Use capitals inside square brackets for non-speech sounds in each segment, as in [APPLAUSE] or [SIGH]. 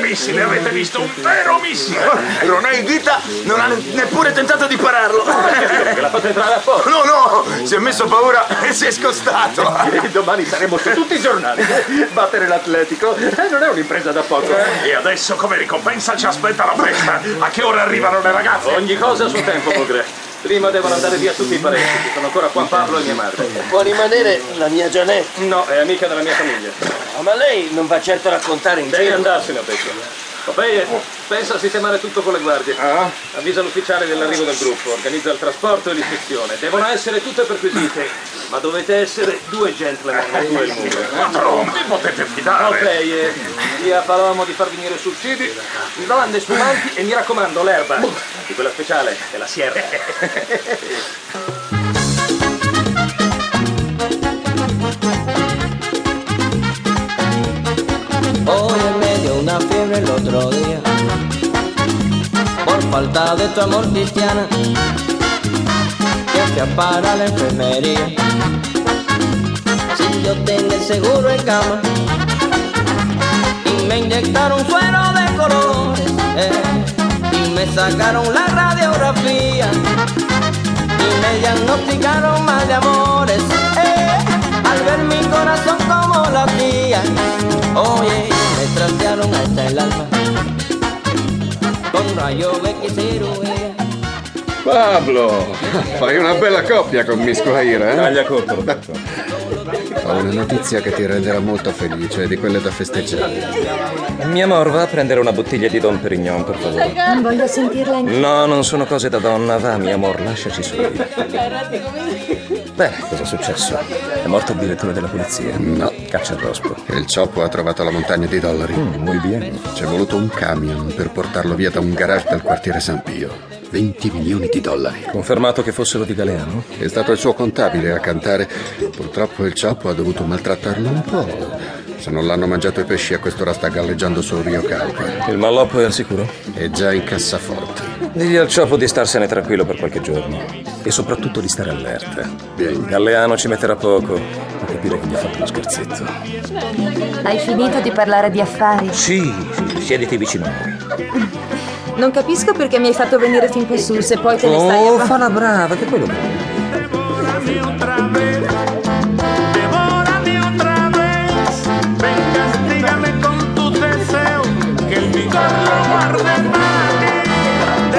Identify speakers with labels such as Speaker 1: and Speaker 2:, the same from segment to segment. Speaker 1: missile, avete visto? Un vero missile!
Speaker 2: Non hai dita, non ha neppure tentato di pararlo.
Speaker 3: Ah, Che la fate entrare a posto.
Speaker 2: No, no, si è messo paura [LAUGHS] e si è scostato.
Speaker 3: E Domani saremo su tutti i giornali. Battere l'Atletico eh, non è un'impresa da poco.
Speaker 1: E adesso come ricompensa ci aspetta la festa. A che ora arrivano le ragazze?
Speaker 3: Ogni cosa a suo tempo, Bogre. Prima devono andare via tutti i parenti. Ci sono ancora Juan Pablo e mia madre.
Speaker 4: Può rimanere la mia Gianetta.
Speaker 3: No, è amica della mia famiglia.
Speaker 4: Ah, Ma lei non va certo a raccontare in
Speaker 3: Devi
Speaker 4: giro.
Speaker 3: andarsene, Becco. Popeye, pensa a sistemare tutto con le guardie. Avvisa l'ufficiale dell'arrivo del gruppo, organizza il trasporto e l'ispezione. Devono essere tutte perquisite, ma dovete essere due gentleman, non due il muro.
Speaker 1: Ma non vi potete fidare.
Speaker 3: Popeye, via Palomo di far venire sussidi, bevande, spumanti e mi raccomando l'erba. Di quella speciale, è la
Speaker 1: Eh,
Speaker 3: sierra.
Speaker 5: Hoy me dio una fiebre el otro día Por falta de tu amor cristiana Que fui a parar a la enfermería Si yo tengo el seguro en cama Y me inyectaron suero de colores eh, Y me sacaron la radiografía y me diagnosticaron mal de amores. eh, al ver mi corazón como latía, oye, me trastearon hasta el alma con rayo X cirugía.
Speaker 6: Pablo, fai una bella coppia con Miss Guaira, eh?
Speaker 3: Taglia corto.
Speaker 6: Ho una notizia che ti renderà molto felice, di quelle da festeggiare.
Speaker 7: Eh, Mia amor, va a prendere una bottiglia di Don Perignon, per favore.
Speaker 8: Non voglio sentirla in...
Speaker 7: No, non sono cose da donna, va, mia amor, lasciaci soli. Beh, cosa è successo? È morto il direttore della polizia. No. Caccia al rospo.
Speaker 6: E il cioppo ha trovato la montagna di dollari.
Speaker 7: Mm, Muy bien.
Speaker 6: C'è voluto un camion per portarlo via da un garage del quartiere San Pio. 20 milioni di dollari.
Speaker 7: Confermato che fossero di Galeano?
Speaker 6: È stato il suo contabile a cantare. Purtroppo il cioppo ha dovuto maltrattarlo un po'. Se non l'hanno mangiato i pesci a quest'ora sta galleggiando sul Rio Calpa.
Speaker 7: Il malloppo è al sicuro?
Speaker 6: È già in cassaforte.
Speaker 7: Digli al ciopo di starsene tranquillo per qualche giorno. E soprattutto di stare allerta. Galeano ci metterà poco a capire che gli ha fatto uno scherzetto.
Speaker 8: Hai finito di parlare di affari?
Speaker 7: Sì, sì, siediti vicino a noi.
Speaker 8: Non capisco perché mi hai fatto venire fin qui su, se poi te ne stai
Speaker 7: Oh,
Speaker 8: a...
Speaker 7: fa la brava, che quello vuole.
Speaker 1: Devórame otra vez, devórame otra vez. Ven, castígame con tus deseos, que el mi lo guarde para ti.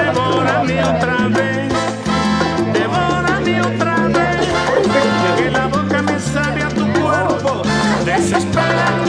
Speaker 1: Devórame otra vez, devórame otra vez. Que la boca me sabe a tu cuerpo, desespera